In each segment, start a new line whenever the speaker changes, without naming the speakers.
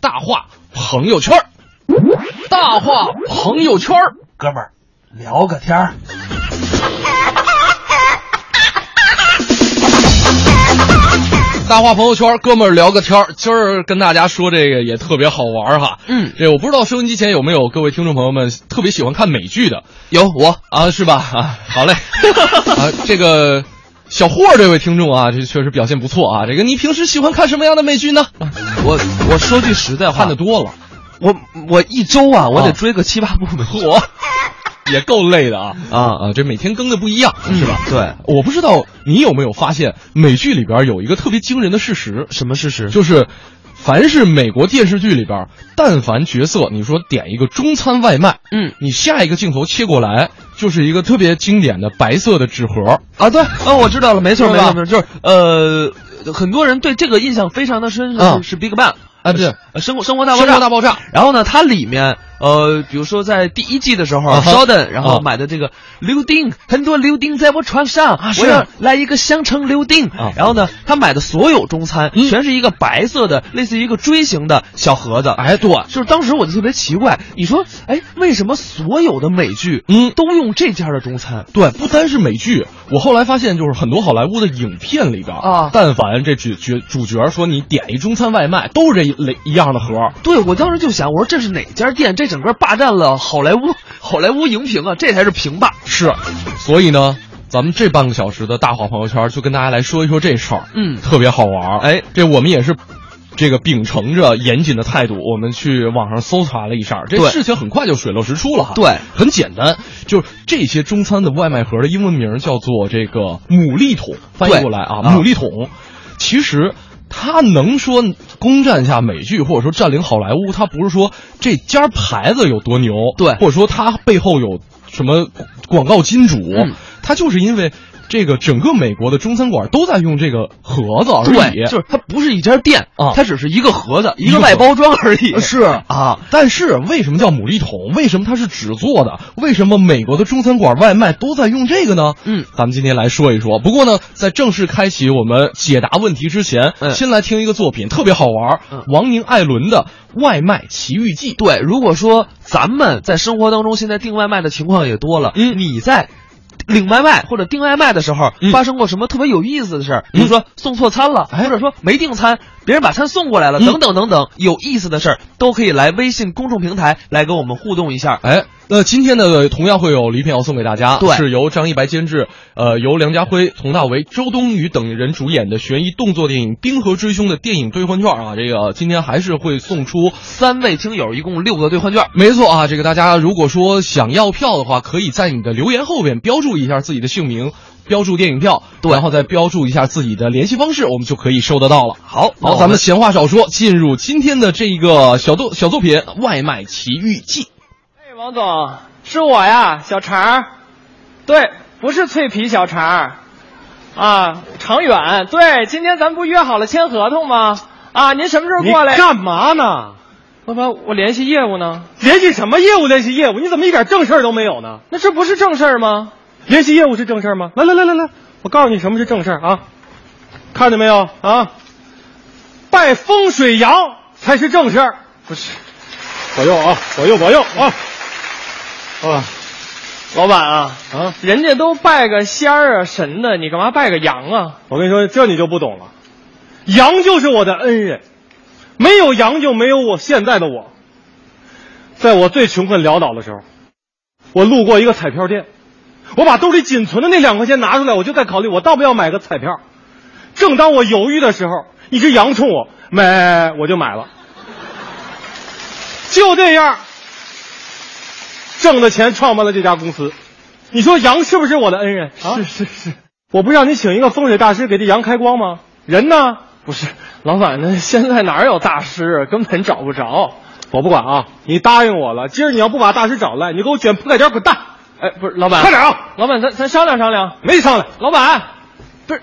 大话朋友圈儿，大话朋友圈儿，
哥们儿聊个天儿。
大话朋友圈儿，哥们儿聊个天儿。今儿跟大家说这个也特别好玩儿哈。
嗯，
这我不知道收音机前有没有各位听众朋友们特别喜欢看美剧的
有我，
啊？是吧？啊，好 嘞。啊，这个小霍儿这位听众啊，这确实表现不错啊。这个你平时喜欢看什么样的美剧呢？啊
我我说句实在话，
看的多了，
我我一周啊，我
啊
得追个七八部美剧
嚯，也够累的啊
啊，
啊！这每天更的不一样，是吧？
嗯对，
我不知道你有没有发现，美剧里边有一个特别惊人的事实，
什么事实？
就是凡是美国电视剧里边，但凡角色你说点一个中餐外卖，
嗯
你下一个镜头切过来就是一个特别经典的白色的纸盒，
啊，对，啊，我知道了，没错，
是
没
吧
错，没错，就是呃，很多人对这个印象非常的深，是、
啊
嗯是 Big Bang
啊对
呃生活生活大
生
爆
活
炸。
大爆炸，
然后呢，它里面呃，比如说在第一季的时候、
啊哈
s h e l d o n 然后
啊
买的这个柳丁，很多柳丁在我床上，
啊是
我要来一个香橙柳丁。
啊
然后呢，他买的所有中餐、
嗯
全是一个白色的，类似于一个锥形的小盒子。
哎对，
就是当时我就特别奇怪，你说，哎，为什么所有的美剧
嗯。
都用这家的中餐？
对，不单是美剧，我后来发现，就是很多好莱坞的影片里边
啊
但凡这主角主角说你点一中餐外卖，都是这一类一样的盒儿，
对，我当时就想，我说这是哪家店？这整个霸占了好莱坞好莱坞荧屏啊，这才是屏霸。
是，所以呢，咱们这半个小时的大话朋友圈就跟大家来说一说这事儿，
嗯
特别好玩儿。
哎，
这我们也是。这个秉承着严谨的态度，我们去网上搜查了一下，这
对
事情很快就水落石出了哈。
对
很简单，就是这些中餐的外卖盒的英文名叫做这个牡蛎桶，翻译
对
过来啊，
啊
牡蛎桶。其实它能说攻占下美剧，或者说占领好莱坞，它不是说这家牌子有多牛，
对
或者说它背后有什么广告金主，
嗯
它就是因为这个整个美国的中餐馆都在用这个盒子而已
对，，就是它不是一家店
啊
它只是一个盒子，
一
一
个
个外包装而已。
是
啊，
但是为什么叫牡蛎桶？为什么它是纸做的？为什么美国的中餐馆外卖都在用这个呢？
嗯，
咱们今天来说一说。不过呢，在正式开启我们解答问题之前，
嗯
先来听一个作品，特别好玩，
嗯
王宁、艾伦的《外卖奇遇记》。
对。如果说咱们在生活当中现在订外卖的情况也多了，
嗯
你在。领外卖或者订外卖的时候，
嗯
发生过什么特别有意思的事儿？比如说送错餐了，
哎
或者说没订餐，别人把餐送过来了，
嗯
等等等等，有意思的事儿都可以来微信公众平台来跟我们互动一下。
哎，那今天呢，同样会有礼品要送给大家，
对
是由张一白监制，呃，由梁家辉、佟大为、周冬雨等人主演的悬疑动作电影《冰河追凶》的电影兑换券啊，这个今天还是会送出
三位听友一共六个兑换券。
没错啊，这个大家如果说想要票的话，可以在你的留言后边标注一下自己的姓名，标注电影票，
对
然后再标注一下自己的联系方式，我们就可以收得到了。
好，那
好，
我
咱们闲话少说，进入今天的这一个小作小作品《外卖奇遇记》。
哎，王总，是我呀，小常儿。对，不是脆皮小常儿，啊，常远。对，今天咱不约好了签合同吗？啊，您什么时候过来？
你干嘛呢？
我不，我联系业务呢。
联系什么业务？联系业务？你怎么一点正事儿都没有呢？
那这不是正事儿吗？
联系业务是正事儿吗？来来来来来，我告诉你什么是正事儿啊！看见没有啊？拜风水羊才是正事儿。不是，左右啊，左右左右啊！啊
老板啊，
啊！
人家都拜个仙儿啊、神的，你干嘛拜个羊啊？
我跟你说，这你就不懂了。羊就是我的恩人，没有羊就没有我现在的我。在我最穷困潦倒的时候，我路过一个彩票店，我把兜里仅存的那两块钱拿出来，我就在考虑我到不要买个彩票。正当我犹豫的时候，一只羊冲我买，我就买了。就这样，挣的钱创办了这家公司。你说羊是不是我的恩人啊？
是是，
我不让你请一个风水大师给这羊开光吗？人呢？
不是，老板，那现在哪有大师啊，根本找不着。
我不管啊！你答应我了，今儿你要不把大师找来，你给我卷铺盖卷滚蛋！
哎，不是，老板，
快点啊！
老板，咱咱商量商量。
没商量，
老板，不是，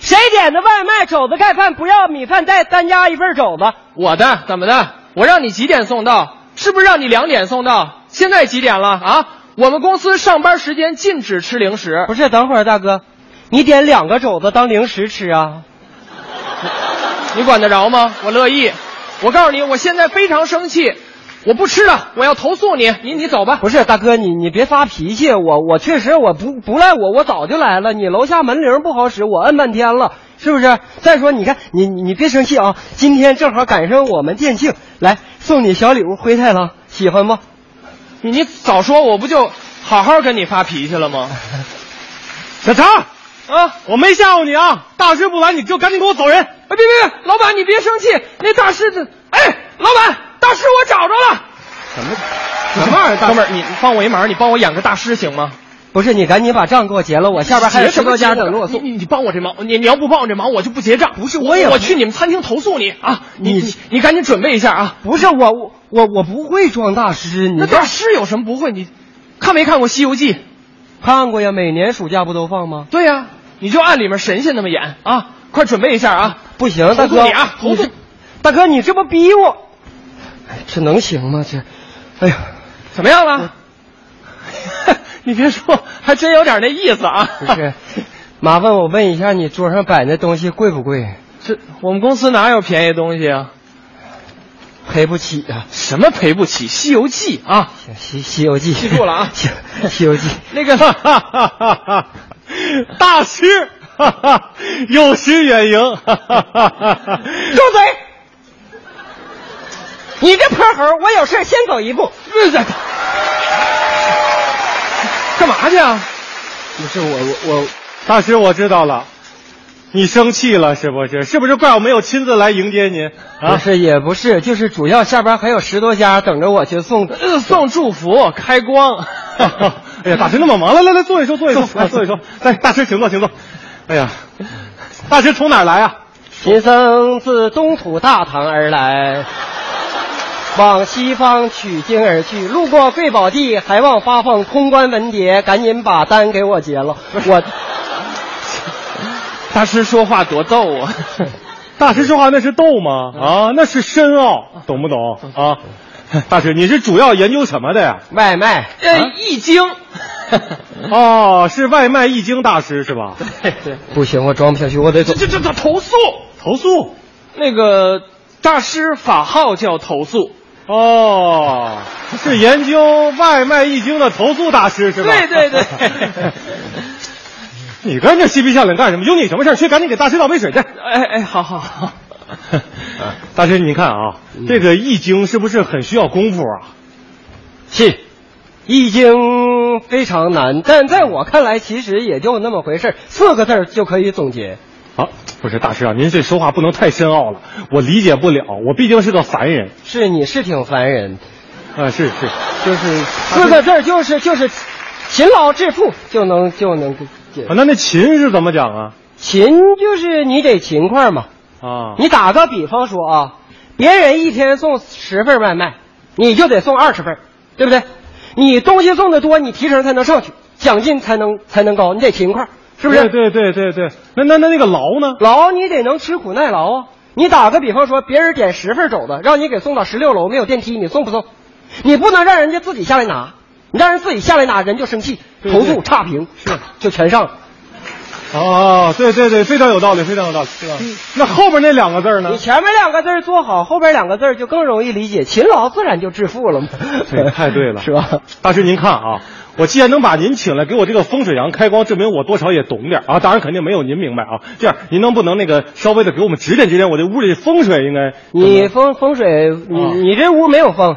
谁点的外卖？肘子盖饭不要，米饭带单加一份肘子。我的怎么
啊
的？我让你几点送到？是不是让你两点送到？现在几点了啊？我们公司上班时间禁止吃零食。不是，等会儿大哥，你点两个肘子当零食吃啊？你管得着吗？我乐意。我告诉你，我现在非常生气，我不吃了，我要投诉你，你你走吧。
不是大哥，你你别发脾气，我我确实我不不赖我，我早就来了。你楼下门铃不好使，我摁半天了，是不是？再说你看你你你别生气啊，今天正好赶上我们店庆，来送你小礼物灰太狼，喜欢不？
你你早说，我不就好好跟你发脾气了吗？
小强，
啊！
我没吓唬你啊！大师不来，你就赶紧给我走人。
哎，别别别，老板你别生气，那大师的，哎，老板，大师我找着了。
什么？
什么玩意儿？哥们儿，你帮我一忙，你帮我演个大师行吗？
不是，你赶紧把账给我结了，我下边还有
结什
十
么
多家
结
等着我送。
你你帮我这忙，你你要不帮我这忙，我就不结账。不是，
我也
我去你们餐厅投诉你啊！你
你
你你赶紧准备一下啊！
不是我我我我不会装大师，你
那
这
大师有什么不会？你看没看过《西游记》？
看过呀？每年暑假不都放吗？
对呀、你就按里面神仙那么演啊！快准备一下啊！
不行，大
投
哥
诉你啊投诉
你这大哥，你这不逼我，哎这能行吗？这，哎呀，
怎么样了？ 你别说，还真有点那意思啊！
不是，麻烦我问一下，你桌上摆那东西贵不贵？
这我们公司哪有便宜东西啊？
赔不起啊！
什么赔不起，《西游记》啊！
行西西游记，
记住了啊
西 西游记，
那个，
哈哈哈哈哈！ 大师， 哈哈，有失远 迎，哈哈哈哈！
住嘴！你这破猴，我有事先走一步。
干嘛去啊？
不是我我我，
大师，我知道了，你生气了是不是？是不是怪我没有亲自来迎接您
不
啊？
是也不是，就是主要下边还有十多家等着我去送。
呃送祝福，开光。
哎呀，大师那么忙，来来来，坐一坐，坐一坐，来坐一坐。来，大师请坐，请坐。哎呀，大师从哪儿来啊？
贫僧自东土大唐而来，往西方取经而去，路过贵宝地，还望发放通关文牒，赶紧把单给我结了。我
大师说话多逗啊！
大师说话那是逗吗？啊，那是深奥，懂不懂啊？大师，你是主要研究什么的呀？啊
外卖，
呃，易经，
哦，是外卖易经大师是吧？
不行，我装不下去，我得走
这。这这这投诉，
投诉。
那个大师法号叫投诉。
哦，是研究外卖易经的投诉大师是吧？
对对对
你跟这嬉皮笑脸干什么？有你什么事儿？去，赶紧给大师倒杯水去。
哎哎，好好好， 嗯
大师，你看啊，这个易经是不是很需要功夫啊？
是，易经非常难，但在我看来，其实也就那么回事儿四个字儿就可以总结。
啊，不是大师啊，您这说话不能太深奥了，我理解不了，我毕竟是个凡人。
是，你是挺烦人，
啊，是是，
就是四个字儿就是就是，勤劳致富就能就能解。
啊那那秦是怎么讲啊？
勤就是你得勤快嘛。
啊，
你打个比方说啊，别人一天送十份外卖，你就得送二十份，对不对？你东西送的多，你提成才能上去，奖金才能才能高，你得勤快，是不是？
对对对对对，那那那那个劳呢？
劳你得能吃苦耐劳啊。你打个比方说，别人点十份肘子，让你给送到十六楼，没有电梯，你送不送？你不能让人家自己下来拿，你让人自己下来拿，人就生气，
对
投
对
诉差评，是就全上了。
哦，对对对，非常有道理，非常有道理。对吧？
嗯
那后边那两个字儿呢
你？前面两个字儿做好，后边两个字儿就更容易理解，勤劳自然就致富了嘛。
对，太对了，
是吧？？
大师，您看啊，我既然能把您请来给我这个风水羊开光，证明我多少也懂点儿啊。当然肯定没有您明白啊。这样，您能不能那个稍微的给我们指点指点，我这屋里风水应该怎么
你风风水，你、
啊
你这屋没有风，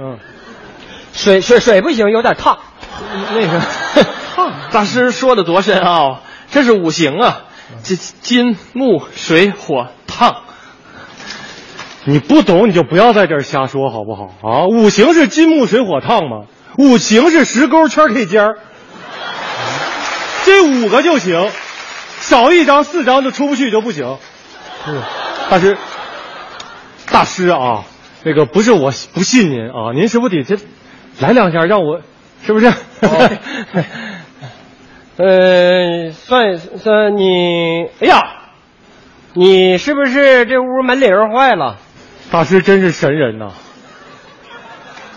嗯，
水水水不行，有点烫。
那 个大师说的多深奥、啊，这是五行啊，这金木水火烫。
你不懂你就不要在这儿瞎说好不好啊？五行是金木水火烫吗？五行是十勾圈 K 尖儿，这五个就行，少一张四张就出不去就不行。大师，大师啊，那个不是我不信您啊，您是不是得先来两下让我，是不是？
呃，算算你，哎呀，你是不是这屋门铃坏了？
大师真是神人呐、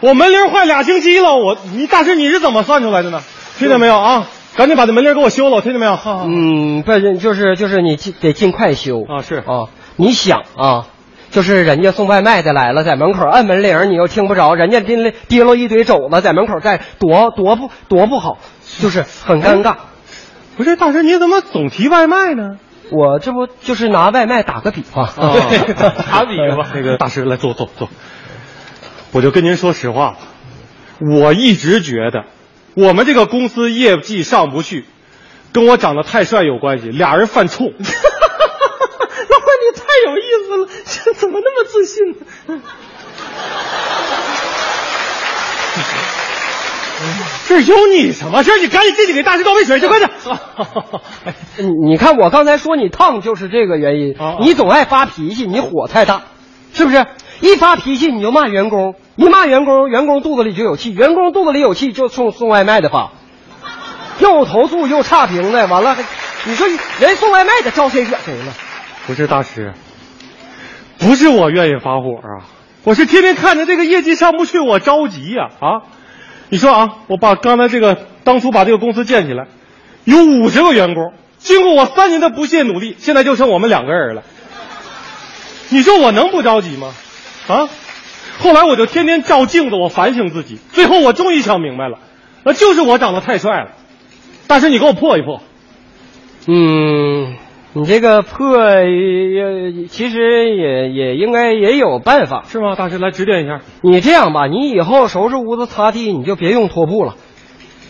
我门铃坏俩星期了，我你大师你是怎么算出来的呢？听见没有啊？赶紧把这门铃给我修了，听见没有？
嗯
好好好哦
嗯，不是，就是就是你尽得尽快修
啊是
啊，你想啊，就是人家送外卖的来了，在门口按门铃，你又听不着，人家叮了提溜一堆肘子在门口在多多不多不好，就是很尴尬。
不是大神，你怎么总提外卖呢？
我这不就是拿外卖打个比方，
啊
啊
打比吧， 那个大师来坐坐坐。我就跟您说实话吧，我一直觉得我们这个公司业绩上不去，跟我长得太帅有关系，俩人犯冲。
老板你太有意思了，这怎么那么自信呢？
这有你什么事儿？你赶紧自己给大师倒杯水去，快点！
你你看，我刚才说你烫就是这个原因
啊啊，
你总爱发脾气，你火太大，是不是？一发脾气你就骂员工，一骂员工，员工肚子里就有气，员工肚子里有气就冲送外卖的发，又投诉又差评的，完了，你说人送外卖的招谁惹谁了？
不是大师，不是我愿意发火啊，我是天天看着这个业绩上不去，我着急呀啊你说啊，我把刚才这个当初把这个公司建起来，有五十个员工，经过我三年的不懈努力，现在就剩我们两个人了。你说我能不着急吗？啊！后来我就天天照镜子，我反省自己，最后我终于想明白了，那就是我长得太帅了。大师，你给我破一破。
嗯，你这个破，呃其实也也应该也有办法。
是吗？大师来指点一下。
你这样吧，你以后收拾屋子擦地，你就别用拖布了，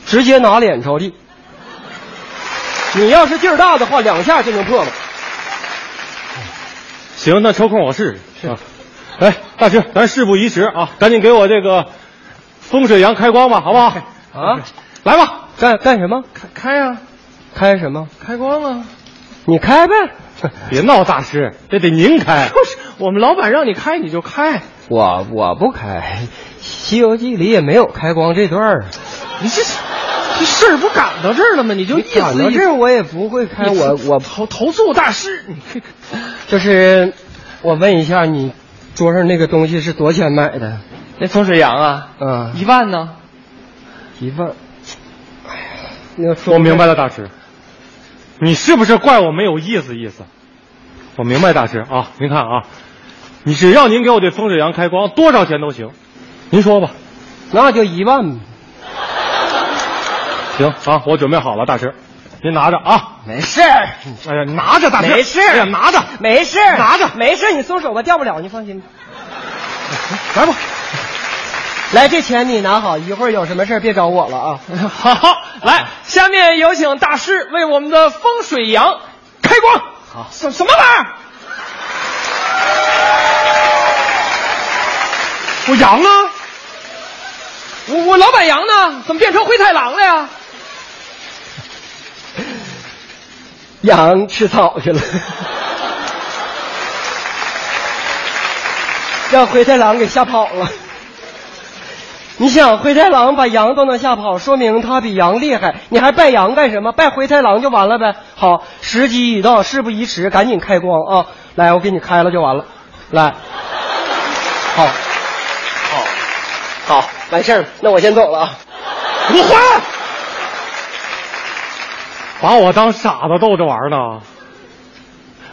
直接拿脸着地。你要是劲儿大的话，两下就能破了。
行，那抽空我试试。啊，哎，大师，咱事不宜迟啊，赶紧给我这个风水阳开光吧，好不好？
啊，
来吧，
干干什么？
开开啊，
开什么？
开光啊！
你开呗。
别闹，大师，这得您开。就是我们老板让你开你就开，
我我不开，《西游记》里也没有开光这段儿。
你这这事儿不赶到这儿了吗？你就
讲到这儿我也不会开，我我
投投诉大师，你
就是，我问一下，你桌上那个东西是多少钱买的？
那风水羊啊，
啊，
一万呢？
一万。哎呀，那哎说
我明白了，大师，你是不是怪我没有意思意思？我明白，大师啊，您看啊，你只要您给我这风水阳开光，多少钱都行，您说吧。
那就一万吧。
行啊，我准备好了，大师，您拿着啊。
没事儿，
哎呀，拿着，大师，
没事
哎呀，拿着，
没事，
拿着
没事，你松手吧，掉不了，你放心吧。
来吧。
来，这钱你拿好，一会儿有什么事儿别找我了啊。
好，来，下面有请大师为我们的风水羊开光。好，什什么玩意儿？
我羊啊，
我我老板羊呢？怎么变成灰太狼了呀？
羊吃草去了，让灰太狼给吓跑了。你想，灰太狼把羊都能吓跑，说明它比羊厉害。你还拜羊干什么？拜灰太狼就完了呗。好，时机已到，事不宜迟，赶紧开光啊！来，我给你开了就完了。来，好，好，好，完事儿了。那我先走了啊。
我回来，把我当傻子逗着玩呢。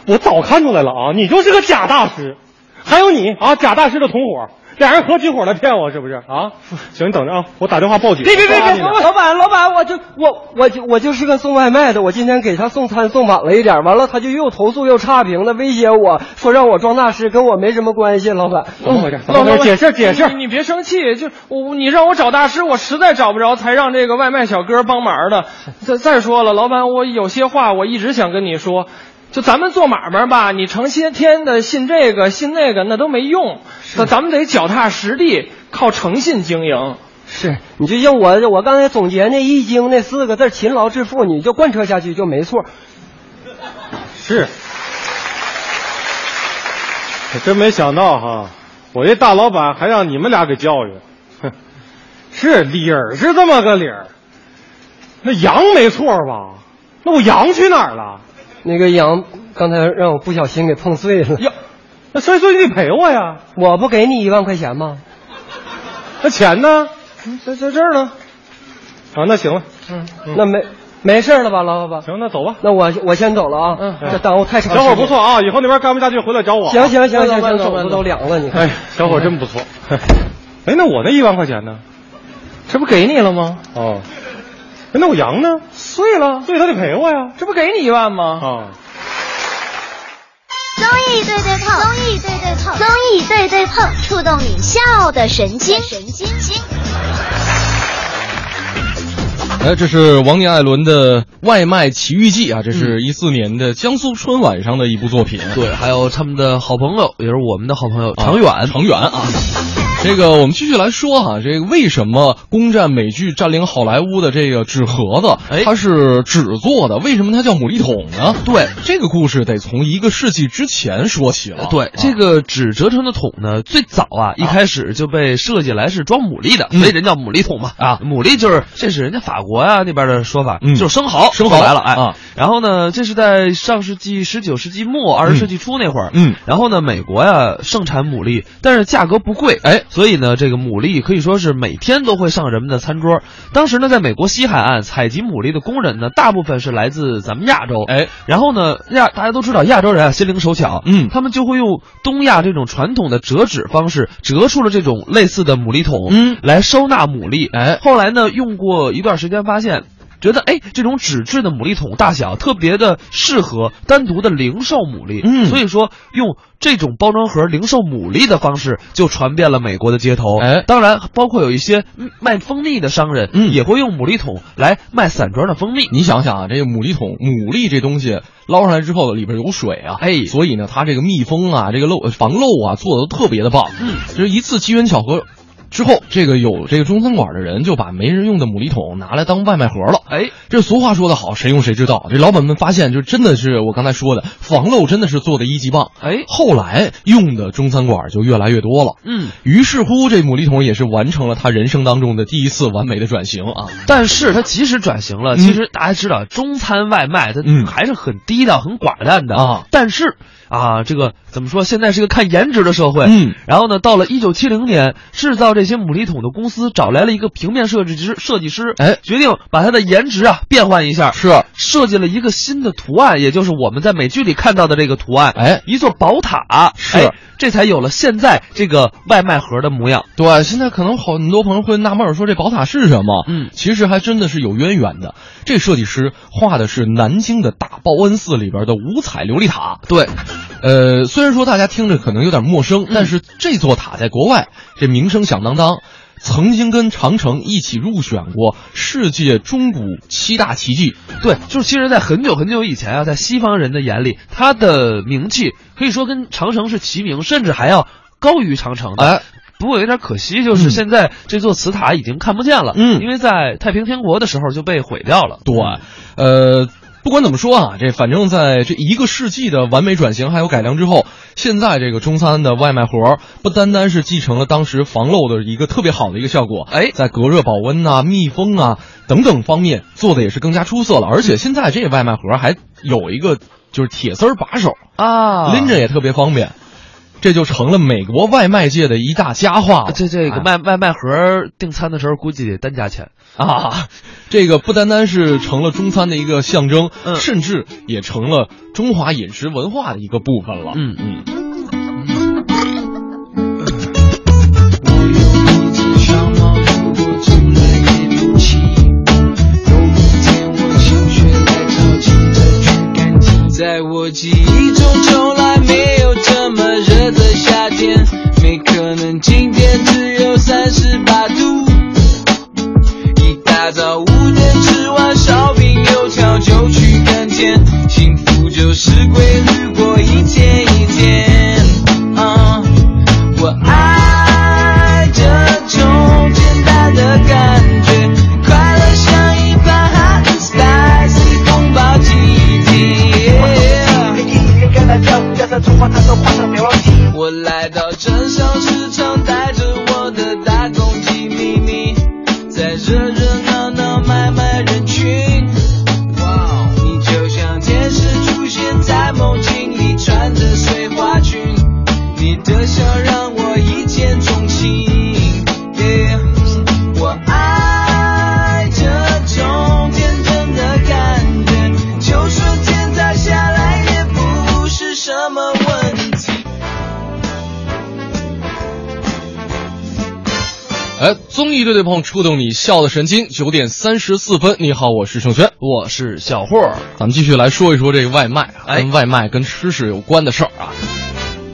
我早看出来了啊，你就是个假大师，还有你啊，假大师的同伙，俩人合起伙来骗我，是不是啊？行，你等着啊，我打电话报警。
别别别
抓
别！
你呢
老板老板，我就我我就我就是个送外卖的，我今天给他送餐送晚了一点，完了他就又投诉又差评的威胁我说让我装大师，跟我没什么关系。老板，嗯
怎么回事？怎 么
老
回
板，
事？解释解释
你。你别生气，就我你让我找大师，我实在找不着，才让这个外卖小哥帮忙的。再再说了，老板，我有些话我一直想跟你说，就咱们做买卖吧，你成些天的信这个信那个，那都没用。那咱们得脚踏实地，靠诚信经营。
是你就像我我刚才总结那易经那四个字“勤劳致富”，你就贯彻下去就没错。
是，我真没想到哈，我这大老板还让你们俩给教育，哼，是理儿是这么个理儿，那羊没错吧？那我羊去哪儿了？
那个羊刚才让我不小心给碰碎了，
呀，那所以说你得赔我呀，
我不给你一万块钱吗？
那钱呢？
在在这儿呢，嗯
啊，那行了，
那没没事儿了吧，老爸爸？
行，那走吧。
那我我先走了啊，
嗯
这耽误太长时
小
间。
伙不错啊，以后那边干不下去回来找我啊。
行行行
慢
行
走慢
行，
走
肘子都凉了，你看。
哎，小伙真不 错。哎，那我那一万块钱呢？
这不给你了吗？
哦，哎那我羊呢？
碎了，
所以他得赔我呀。
这不给你一万吗？
啊，
综艺对对碰，综艺对对碰，综艺对对碰，触动你笑的神经，神经经。
哎，这是王尼艾伦的《外卖奇遇记》啊，这是一四年的江苏春晚上的一部作品。
对，还有他们的好朋友，也是我们的好朋友常
啊
远。
程远啊。这个我们继续来说哈、这个为什么攻占美剧占领好莱坞的这个纸盒子
哎，
它是纸做的，为什么它叫牡蛎桶呢？
对，
这个故事得从一个世纪之前说起了。
呃对
啊，
这个纸折成的桶呢，最早啊一开始就被设计来是装牡蛎的，所以人叫牡蛎桶嘛。
嗯啊
牡蛎就是这是人家法国啊那边的说法，
嗯
就是生蚝，
生蚝
来了哎。
啊
然后呢，这是在上世纪十九世纪末二十世纪初那会儿，
嗯
然后呢，美国呀盛产牡蛎，但是价格不贵，
哎，
所以呢，这个牡蛎可以说是每天都会上人们的餐桌。当时呢，在美国西海岸采集牡蛎的工人呢，大部分是来自咱们亚洲，
哎，
然后呢，亚大家都知道亚洲人啊心灵手巧，
嗯
他们就会用东亚这种传统的折纸方式折出了这种类似的牡蛎桶，
嗯
来收纳牡蛎。
哎
后来呢，用过一段时间，发现。觉得哎，这种纸质的牡蛎桶大小特别的适合单独的零售牡蛎，
嗯
所以说用这种包装盒零售牡蛎的方式就传遍了美国的街头。
哎
当然，包括有一些嗯卖蜂蜜的商人，
嗯
也会用牡蛎桶来卖散装的蜂蜜。
你想想啊，这个牡蛎桶，牡蛎这东西捞上来之后里边有水啊，
哎
所以呢，它这个密封啊，这个漏防漏啊，做的特别的棒。
嗯，
就是一次机缘巧合之后，这个有这个中餐馆的人就把没人用的牡蛎桶拿来当外卖盒了。
哎，
这俗话说得好，谁用谁知道。这老板们发现，就真的是我刚才说的，防漏真的是做的一级棒。
哎
后来用的中餐馆就越来越多了。
嗯，
于是乎，这牡蛎桶也是完成了他人生当中的第一次完美的转型啊。
但是它即使转型了，
嗯
其实大家知道中餐外卖它
嗯
还是很低调、很寡淡的
啊。
但是啊，这个怎么说？现在是个看颜值的社会。
嗯。
然后呢，到了一九七零年，制造这些牡蛎桶的公司找来了一个平面设计师，设计师
哎
决定把它的颜值啊变换一下，
是
设计了一个新的图案，也就是我们在美剧里看到的这个图案。
哎
一座宝塔。
是
哎这才有了现在这个外卖盒的模样。
对，现在可能好很多朋友会纳闷儿说这宝塔是什么？
嗯
其实还真的是有渊源的。这设计师画的是南京的大报恩寺里边的五彩琉璃塔。
对，嗯
呃，虽然说大家听着可能有点陌生，但是这座塔在国外这名声响当当，曾经跟长城一起入选过世界中古七大奇迹。
对，就是其实，在很久很久以前啊，在西方人的眼里，他的名气可以说跟长城是齐名，甚至还要高于长城的。
哎，
不过有点可惜，就是现在这座祠塔已经看不见了，
嗯
因为在太平天国的时候就被毁掉了。
对，呃，不管怎么说啊，这反正在这一个世纪的完美转型还有改良之后，现在这个中餐的外卖盒不单单是继承了当时防漏的一个特别好的一个效果，
哎
在隔热保温呐、密封啊等等方面做的也是更加出色了，而且现在这外卖盒还有一个就是铁丝儿把手，
啊
拎着也特别方便。这就成了美国外卖界的一大佳话了。
啊这这个
哎
卖外卖盒订餐的时候，估计得单加钱。
啊，这个不单单是成了中餐的一个象征，
嗯
甚至也成了中华饮食文化的一个部分了。
嗯
嗯。
我有一只小猫，我从来也不骑。有一天我心血来潮，骑着去赶集。在我记忆中，从来没有这么热的夏天，没可能今天只有三十八度。一大早五点吃完烧饼油条就去干煎，幸福就是规律过一天一天。啊
哎，综艺对对碰，触动你笑的神经。九点三十四分，你好，我是盛轩。
我是小霍儿，
咱们继续来说一说这个外卖啊，
哎
跟外卖跟吃食有关的事儿啊。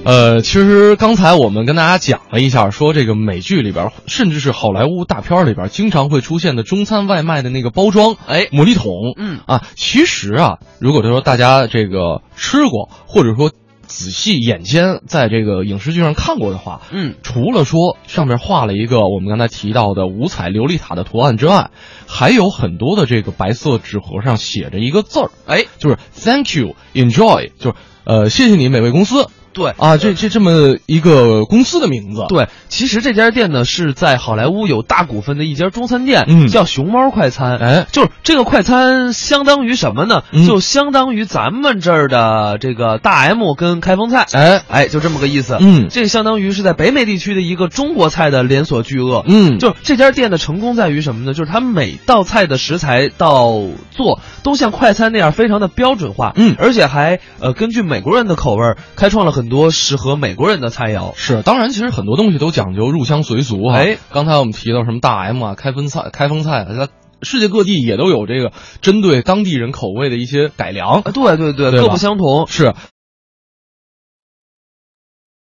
呃，其实刚才我们跟大家讲了一下，说这个美剧里边，甚至是好莱坞大片里边，经常会出现的中餐外卖的那个包装，
哎
牡蛎桶，
嗯
啊，其实啊，如果说大家这个吃过，或者说仔细眼尖在这个影视剧上看过的话，
嗯，
除了说上面画了一个我们刚才提到的五彩琉璃塔的图案之外，还有很多的这个白色纸盒上写着一个字儿，
哎，
就是 Thank you, enjoy，就是呃谢谢你美味公司
对
啊，这这这么一个公司的名字，，
对，其实这家店呢是在好莱坞有大股份的一家中餐店，
嗯
叫熊猫快餐。
哎，
就是这个快餐相当于什么呢？
嗯
就相当于咱们这儿的这个大 M 跟开封菜。
哎，
哎，就这么个意思。
嗯
这相当于是在北美地区的一个中国菜的连锁巨鳄。
嗯，
就是这家店的成功在于什么呢？就是它每道菜的食材到做都像快餐那样非常的标准化，
嗯
而且还呃根据美国人的口味儿开创了很多适合美国人的菜肴。
是，当然，其实很多东西都讲究入乡随俗哈。
哎，
刚才我们提到什么大 M 啊、开封菜、开封菜啊，它世界各地也都有这个针对当地人口味的一些改良
啊，。对对对，
对吧
各不相同。
是，